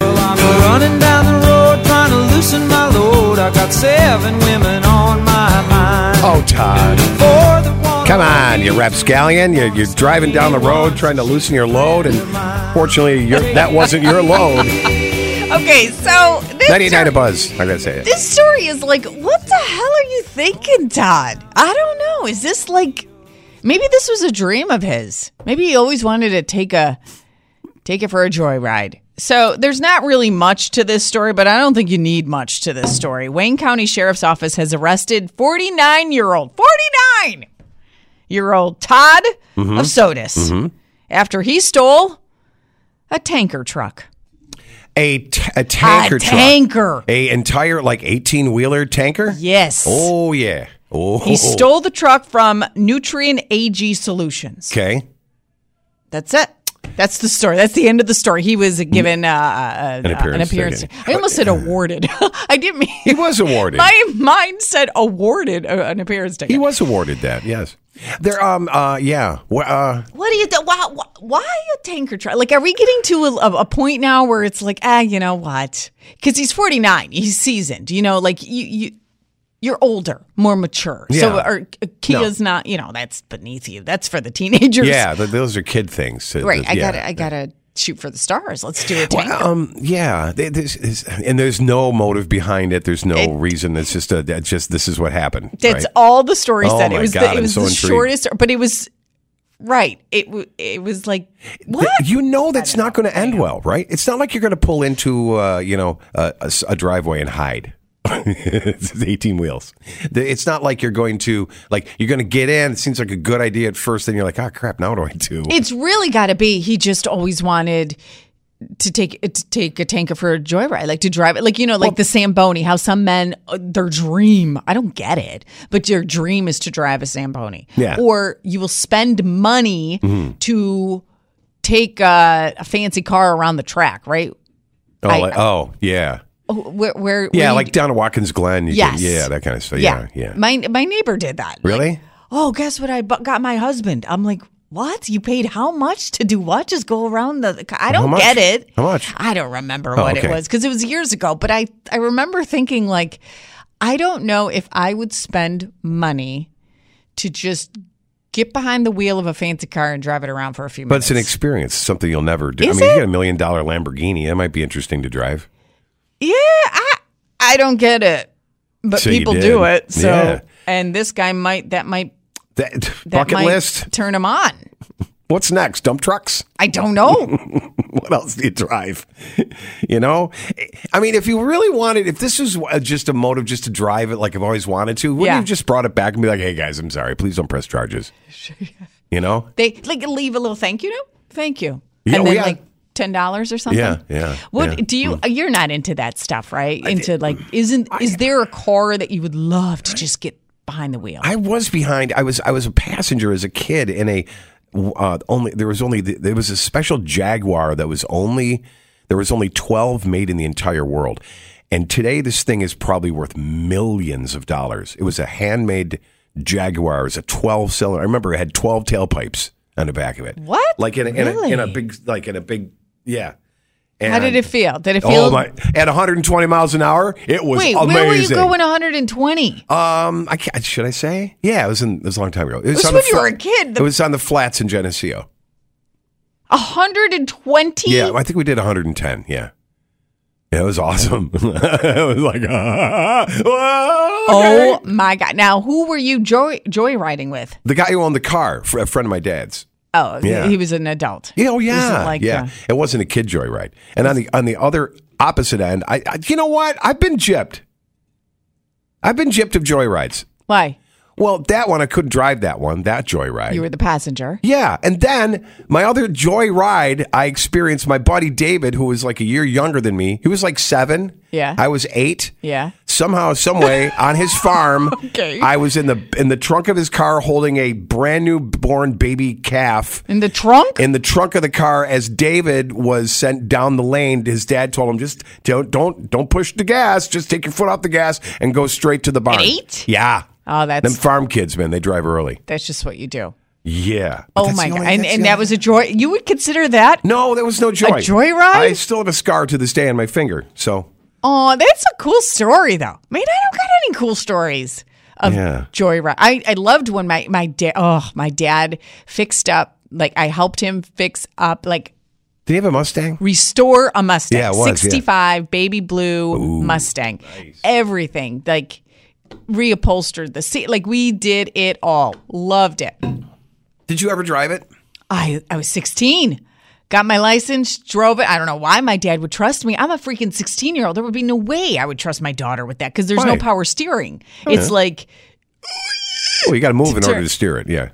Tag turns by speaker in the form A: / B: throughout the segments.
A: Well, I'm running down the road trying to loosen my load. I got seven women on my mind.
B: Oh, Todd.
A: Four that want
B: Come on, you rapscallion. You're, you're driving down the road trying to loosen your load, and fortunately, your that wasn't your load.
C: Okay, so this
B: 99
C: story,
B: a buzz, I gotta say it.
C: this story is like, what the hell are you thinking, Todd? I don't know. Is this like maybe this was a dream of his? Maybe he always wanted to take a take it for a joyride. So there's not really much to this story, but I don't think you need much to this story. Wayne County Sheriff's Office has arrested 49 year old, 49 year old Todd
B: Mm-hmm.
C: of Sodus after he stole a tanker truck.
B: A, t- a tanker
C: a
B: truck.
C: tanker.
B: a entire, like, 18 wheeler tanker?
C: Yes.
B: Oh, yeah. Oh,
C: He stole the truck from Nutrien AG Solutions.
B: Okay.
C: That's it. That's the story. That's the end of the story. He was given uh, uh,
B: An Mm. appearance.
C: an appearance.
B: ticket.
C: I almost said awarded. I didn't mean.
B: He was awarded.
C: My mind said awarded uh, an appearance ticket.
B: He was awarded that, yes. There, um, uh, yeah. Wha- Uh,
C: What do you? Th- why, why- why a tanker truck? Like, are we getting to a, a point now where it's like, ah, you know what? Because he's forty nine. He's seasoned. You know, like you you. You're older, more mature. So,
B: Yeah.
C: our Kia's not, you know, that's beneath you. That's for the teenagers.
B: yeah, th- those are kid things.
C: Right. I
B: Yeah.
C: gotta I gotta shoot for the stars. Let's do a tank.
B: Um. Yeah. th- This is, and there's no motive behind it. There's no reason. It's just a. It's just this is what happened.
C: That's
B: right?
C: all the story
B: Oh
C: said.
B: my
C: It was
B: God,
C: the, it
B: I'm
C: was
B: so
C: the
B: intrigued.
C: shortest, but it was right. It w- it was like what?
B: Th- You know that's not going to end well, right? It's not like you're going to pull into uh, you know a, a s- a driveway and hide. it's 18 wheels. Th- It's not like you're going to like you're going to get in. It seems like a good idea at first, then you're like, oh crap, now what do I do?
C: It's really got to be. He just always wanted to take to take a tanker for a joyride, like to drive it, like you know, like the Samboni. How some men uh, their dream. I don't get it, but your dream is to drive a Samboni.
B: Yeah. Mm-hmm.
C: Or you will spend money to take uh, a fancy car around the track, right?
B: oh,
C: I-
B: like- oh, yeah,
C: Oh, Where, where
B: yeah,
C: where you-
B: like down at Watkins Glen. You
C: Yes.
B: Can, yeah, that kind of stuff. Yeah, yeah.
C: My my neighbor did that. Like,
B: really?
C: oh, guess what? I bu- got my husband. I'm like, what? You paid how much to do what? Just go around the. I don't
B: much?
C: get it.
B: How much?
C: I don't remember
B: Oh,
C: what
B: okay.
C: it was because it was years ago. But I I remember thinking like, I don't know if I would spend money to just get behind the wheel of a fancy car and drive it around for a few
B: But
C: minutes.
B: it's an experience, something you'll never do.
C: Is
B: I mean,
C: it?
B: you get a million dollar Lamborghini. That might be interesting to drive.
C: Yeah, I I don't get it. But
B: So you
C: people
B: did.
C: do it. So
B: Yeah.
C: and this guy might that might
B: That,
C: that
B: bucket
C: might
B: list.
C: turn him on.
B: What's next? Dump trucks?
C: I don't know.
B: What else do you drive? you know, I mean, if you really wanted, if this was uh, just a motive just to drive it, like I've always wanted to, wouldn't
C: Yeah.
B: you have just brought it back and be like, "Hey guys, I'm sorry. Please don't press charges." you know?
C: They like leave a little thank you note. Thank you.
B: Yeah, oh,
C: and then
B: yeah.
C: like ten dollars or something.
B: Yeah, yeah,
C: What
B: yeah. Hmm.
C: do you? You're not into that stuff, right? Into like, isn't is there a car that you would love to just get behind the wheel?
B: I was behind. I was I was a passenger as a kid in a uh, only there was only there was a special Jaguar that was only there was only twelve made in the entire world, and today this thing is probably worth millions of dollars. It was a handmade Jaguar. It was a twelve cylinder. I remember it had twelve tailpipes on the back of it.
C: What?
B: Like in a, in, a, in a
C: Really?
B: big like in a big yeah.
C: How did it
B: And-
C: feel? Did it feel?
B: Oh my! At 120 miles an hour, it was
C: wait,
B: amazing.
C: where were you going 120?
B: Um, I can't, should I say? Yeah, it was in it was a long time ago. It was,
C: This
B: on
C: when
B: the
C: you
B: fla-
C: were a kid.
B: It
C: The,
B: was on the flats in Geneseo.
C: 120.
B: Yeah, I think we did 110. Yeah, It was awesome. it was like, oh,
C: Oh my god! Now, who were you joy joyriding with?
B: the guy who owned the car, fr- a friend of my dad's.
C: Oh, he-
B: Yeah.
C: he was an adult.
B: Yeah, oh
C: It
B: yeah,
C: wasn't like,
B: yeah.
C: uh,
B: it wasn't a kid joyride. And on the on the other opposite end, I, I you know what? I've been gypped. I've been gypped of joyrides.
C: Why?
B: Well, that one I couldn't drive. That one, that joyride.
C: You were the passenger.
B: yeah, and then my other joyride, I experienced my buddy David, who was like a year younger than me. He was like seven.
C: Yeah.
B: I was eight.
C: Yeah.
B: Somehow, some way, on his farm,
C: Okay.
B: I was in the in the trunk of his car holding a brand new born baby calf
C: In the trunk?
B: in the trunk of the car as David was sent down the lane. His dad told him, "Just don't, don't, don't push the gas. Just take your foot off the gas and go straight to the barn."
C: eight?
B: Yeah.
C: Oh, that's
B: Them farm kids, man, they drive early.
C: that's just what you do.
B: Yeah. But
C: Oh
B: that's
C: my
B: the
C: god!
B: only-
C: And,
B: that's
C: and
B: the
C: that
B: only-
C: was a joy. You would consider that?
B: no, that was no joy.
C: joyride?
B: I still have a scar to this day on my finger. So
C: Oh, that's a cool story, though. Man, I don't got any cool stories of
B: Yeah.
C: joyride. I, I loved when my my dad. Oh, my dad fixed up. Like I helped him fix up, like
B: did he have a Mustang?
C: restore a Mustang.
B: Yeah, it was, yeah.
C: 65 baby blue Mustang. Everything like reupholstered the seat. Like we did it all. Loved it.
B: Did you ever drive it?
C: I, I was 16. Got my license, drove it. I don't know why my dad would trust me. I'm a freaking 16 year old. There would be no way I would trust my daughter with that because there's no
B: Right.
C: power steering. It's like,
B: Oh, you got to move in
C: Sure.
B: order to steer it. Yeah.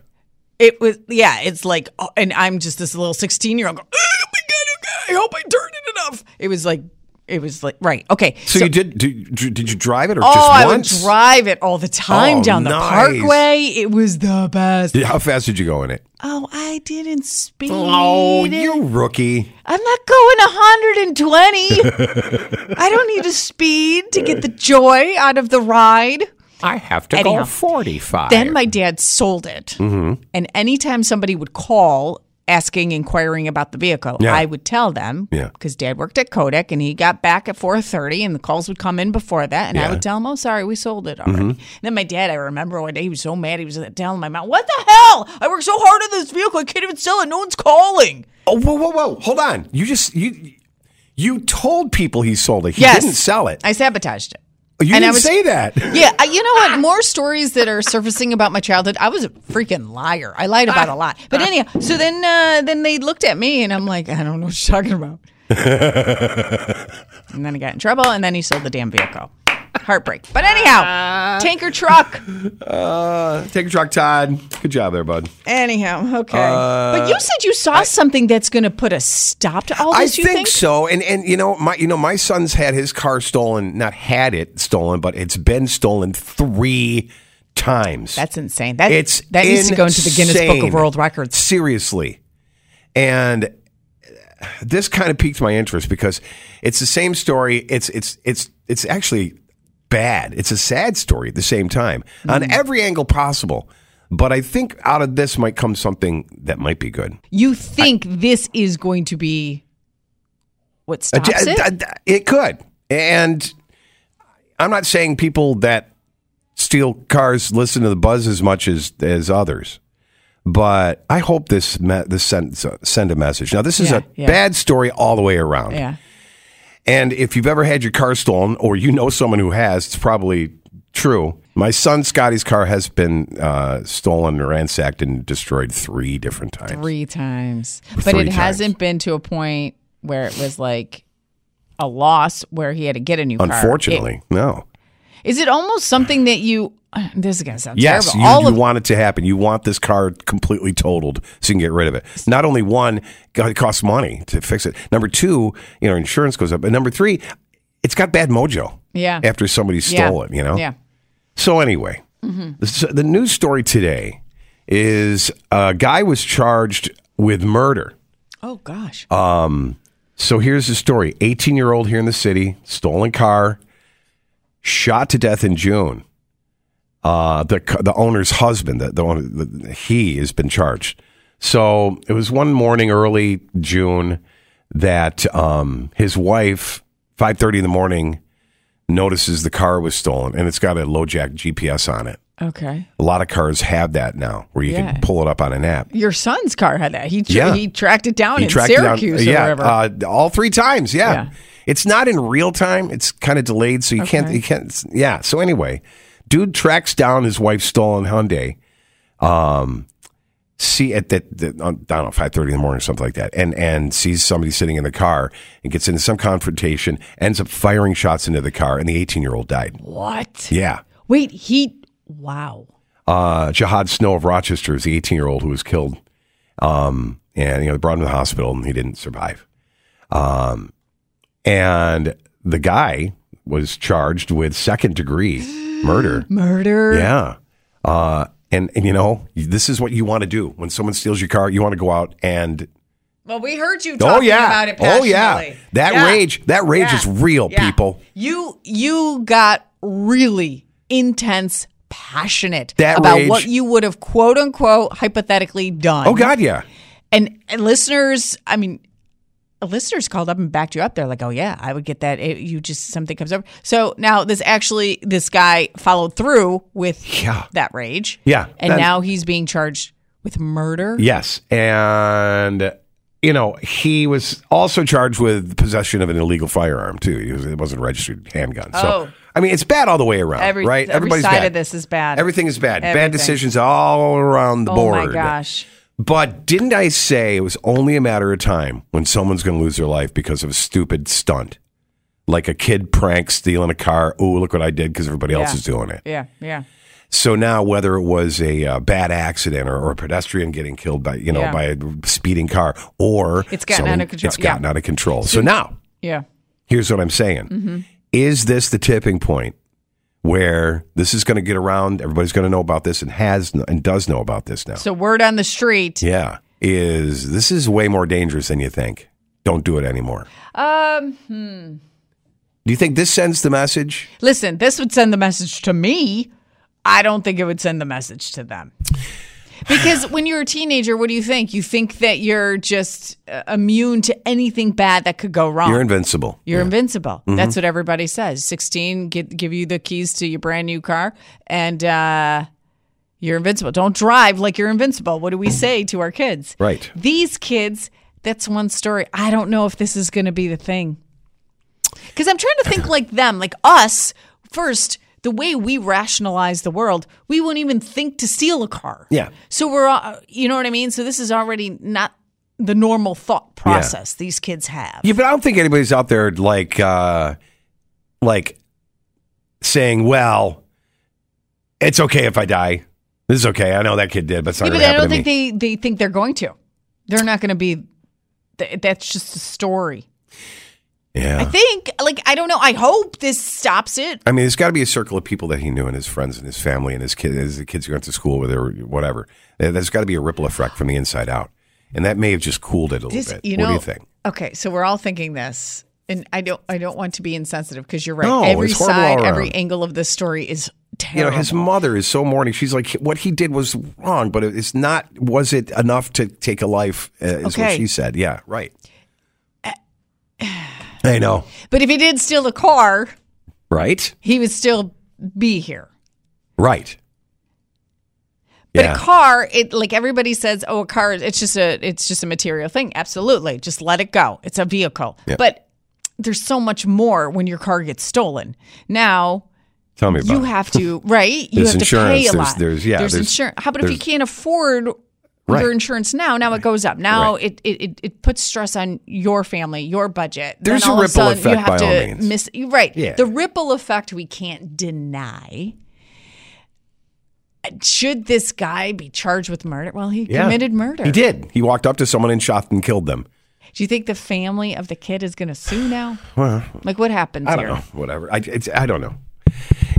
C: it was, yeah, it's like, oh, and I'm just this little 16 year old going, oh my God, oh God, I hope I turned it enough. It was like, it was like, right. Okay.
B: So, you did, did? Did you drive it or
C: Oh,
B: just
C: I would
B: once?
C: drive it all the time
B: Oh,
C: down the
B: nice.
C: parkway. It was the best.
B: Yeah, How fast did you go in it?
C: Oh, I didn't speed.
B: Oh, you rookie!
C: I'm not going 120. I don't need to speed to get the joy out of the ride.
B: I have to
C: Anyhow.
B: forty-five.
C: Then my dad sold it.
B: Mm-hmm.
C: And anytime somebody would call asking, inquiring about the vehicle,
B: Yeah.
C: I would tell them
B: Yeah.
C: because dad worked at Kodak and he got back at 4.30 and the calls would come in before that. And I would tell him, oh, sorry, we sold it already.
B: Mm-hmm.
C: And then my dad, I remember one day he was so mad. He was telling my mom, what the hell? I worked so hard on this vehicle. I can't even sell it. No one's calling.
B: Oh, whoa, whoa, whoa! Hold on. You just you you told people he sold it. He
C: Yes.
B: didn't sell it.
C: I sabotaged it.
B: you
C: and
B: didn't
C: I was-
B: say that.
C: Yeah, I- you know
B: Ah.
C: what? More stories that are surfacing about my childhood. I was a freaking liar. I lied
B: Ah.
C: about a lot. But anyhow, so then uh, then they looked at me and I'm like, I don't know what you're talking about. and then I got in trouble and then he sold the damn vehicle. Heartbreak. But anyhow,
B: Ah.
C: tanker truck.
B: Uh, take a truck, Todd. Good job there, bud.
C: Anyhow, okay. but you said you saw something that's going to put a stop to all
B: Uh, I
C: this. you
B: think, so. And and you know my you know my son's had his car stolen. Not had it stolen, but it's been stolen three times.
C: That's insane. That
B: it's
C: that needs to go into the Guinness Book
B: insane.
C: of World Records.
B: Seriously. And this kind of piqued my interest because it's the same story. It's it's it's it's actually bad. It's a sad story at the same time
C: Mm.
B: on every angle possible. But I think out of this might come something that might be good.
C: You think this is going to be what
B: Uh,
C: stops
B: d-
C: it?
B: uh, d- it could. And I'm not saying people that steal cars listen to the buzz as much as as others. But I hope this me- this sends uh, send a message. Now this is
C: Yeah,
B: a
C: yeah.
B: bad story all the way around.
C: yeah.
B: And if you've ever had your car stolen or you know someone who has, it's probably true. My son Scotty's car has been uh, stolen, ransacked, and destroyed three different times.
C: three times but
B: Three
C: it
B: times.
C: hasn't been to a point where it was like a loss where he had to get a new car
B: Unfortunately, no.
C: It- is it almost something that you uh, this is gonna sound
B: Yes,
C: terrible
B: you,
C: all
B: you
C: of
B: want it to happen. You want this car completely totaled so you can get rid of it. Not only one, God, it costs money to fix it. Number two, you know, insurance goes up. But number three, it's got bad mojo.
C: Yeah.
B: After somebody
C: yeah,
B: stole it, you know.
C: yeah Mm-hmm.
B: So anyway, this- the news story today is a guy was charged with murder.
C: oh gosh
B: Uh, So here's the story: 18 year old here in the city, stolen car, shot to death in June. Uh, the c- the owner's husband, the, the owner, the, he has been charged. So it was one morning, early June, that um, his wife, 5:30 in the morning, notices the car was stolen, and it's got a LoJack GPS on it.
C: okay
B: A lot of cars have that now, where you
C: Yeah.
B: can pull it up on an app.
C: your son's car had that he tra-
B: Yeah.
C: he tracked it down
B: He
C: Oh, in
B: tracked it down-
C: Syracuse or
B: yeah,
C: whatever
B: Uh, all three times, yeah.
C: Yeah.
B: It's not in real time. It's kind of delayed, so you can't.
C: Okay.
B: You can't. Yeah. So anyway, dude tracks down his wife's stolen Hyundai. Um, see at that, that on, I don't know five thirty in the morning or something like that, and and sees somebody sitting in the car and gets into some confrontation, ends up firing shots into the car, and the eighteen year old died.
C: What?
B: Yeah.
C: Wait, he. Wow.
B: Uh, Jihad Snow of Rochester is the 18 year old who was killed. Um, and, you know, they brought him to the hospital and he didn't survive. Um, and the guy was charged with second degree murder.
C: Murder.
B: Yeah. Uh, and, and, you know, this is what you want to do. When someone steals your car, you want to go out and.
C: Well, we heard you
B: Oh,
C: talking
B: yeah.
C: about it
B: Oh,
C: passionately.
B: yeah. That
C: Yeah.
B: rage, that rage
C: Yeah.
B: is real,
C: Yeah.
B: people.
C: You you got really intense, passionate
B: That
C: about
B: rage-
C: what you would have quote unquote hypothetically done.
B: Oh, God, yeah.
C: And, and listeners, I mean, listeners called up and backed you up. They're like, "Oh yeah, I would get that." It- you just something comes over. So now this actually this guy followed through with
B: Yeah.
C: that rage.
B: Yeah,
C: and
B: that's-
C: now he's being charged with murder.
B: Yes. And, you know, he was also charged with possession of an illegal firearm, too. He was- It wasn't a registered handgun.
C: Oh.
B: So, I mean, it's bad all the way around,
C: Every,
B: right?
C: every side of this is bad.
B: Everything is bad. Bad
C: Everything.
B: decisions all around the
C: Oh
B: board.
C: my gosh.
B: But didn't I say it was only a matter of time when someone's going to lose their life because of a stupid stunt? Like a kid prank stealing a car. Oh, look what I did because everybody else
C: Yeah.
B: is doing it.
C: Yeah, yeah.
B: So now, whether it was a uh, bad accident or, or a pedestrian getting killed by you know
C: Yeah.
B: by a speeding car, or
C: It's gotten out of control.
B: It's gotten
C: Yeah.
B: out of control. So now,
C: Yeah.
B: here's what I'm saying:
C: Mm-hmm.
B: Is this the tipping point where this is going to get around? Everybody's going to know about this and has kn- and does know about this now.
C: So word on the street.
B: yeah, is this is way more dangerous than you think? Don't do it anymore.
C: Um, hmm.
B: Do you think this sends the message?
C: Listen, this would send the message to me. I don't think it would send the message to them. Because when you're a teenager, what do you think? You think that you're just uh, immune to anything bad that could go wrong.
B: You're invincible.
C: You're invincible.
B: Mm-hmm.
C: That's what everybody says. 16, get, give you the keys to your brand new car, and uh, you're invincible. Don't drive like you're invincible. What do we say to our kids?
B: Right.
C: These kids, that's one story. I don't know if this is going to be the thing. Because I'm trying to think like them, like us. First, the way we rationalize the world, we won't even think to steal a car.
B: Yeah.
C: So we're, all, you know what I mean? So this is already not the normal thought process these kids have.
B: Yeah, but I don't think anybody's out there like uh like saying, "Well, it's okay if I die. This is okay. I know that kid did, but it's not
C: Yeah,
B: going
C: but
B: to
C: I
B: happen to
C: don't
B: me."
C: think they, they think they're going to. They're not going to be. th- That's just a story.
B: yeah.
C: I think, like, I don't know. I hope this stops it.
B: I mean, there's got to be a circle of people that he knew, and his friends, and his family, and his kids, his the kids who went to school with, or whatever. There- There's got to be a ripple effect from the inside out, and that may have just cooled it a little
C: This,
B: bit.
C: you
B: what
C: know.
B: do you think?
C: Okay, so we're all thinking this, and I don't, I don't want to be insensitive because you're right.
B: No,
C: every
B: it's horrible all
C: side, every
B: around.
C: angle of this story is
B: You know,
C: terrible.
B: his mother is so mourning. She's like, "What he did was wrong, but it's not. Was it enough to take a life?" Uh, is what
C: Okay. Uh,
B: she said. Yeah, right. I know,
C: but if he did steal the car,
B: right?
C: he would still be here.
B: Right.
C: But
B: yeah.
C: a car, it like everybody says, oh, a car, it's just a, it's just a material thing. Absolutely, just let it go. It's a vehicle.
B: Yeah.
C: But there's so much more when your car gets stolen. Now
B: Tell me about
C: you
B: it.
C: have to, right? You
B: There's
C: have
B: insurance,
C: to pay a
B: there's-
C: lot.
B: there's- yeah, there's-
C: insurance. How about if you
B: there's-
C: can't afford
B: Right.
C: your insurance now? Now it goes up. Now
B: Right.
C: it, it it it puts stress on your family, your budget. Then
B: There's a
C: all of
B: ripple
C: sudden
B: effect
C: You have
B: by
C: to
B: all means.
C: miss right.
B: Yeah.
C: The ripple effect we can't deny. Should this guy be charged with murder? Well, he
B: Yeah.
C: committed murder.
B: He did. He walked up to someone and shot and killed them.
C: Do you think the family of the kid is going to sue now? like what happens
B: I
C: here?
B: don't know. Whatever. I, it's, I don't know.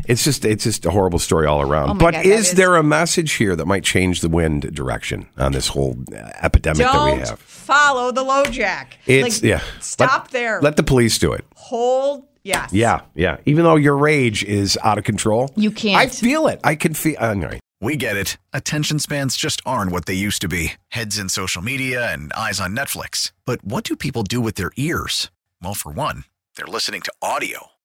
B: It's just it's just a horrible story all around.
C: Oh my
B: but
C: God, that
B: is,
C: is-
B: there a message here that might change the wind direction on this whole uh, epidemic that we
C: Don't
B: have?
C: follow the low jack.
B: It's
C: Like,
B: yeah.
C: Stop
B: Let-
C: there.
B: Let the police do it.
C: Hold. Yes.
B: Yeah, yeah. Even though your rage is out of control,
C: You can't.
B: I feel it. I can feel. Uh, anyway.
D: We get it. Attention spans just aren't what they used to be heads in social media and eyes on Netflix. But what do people do with their ears? Well, for one, they're listening to audio.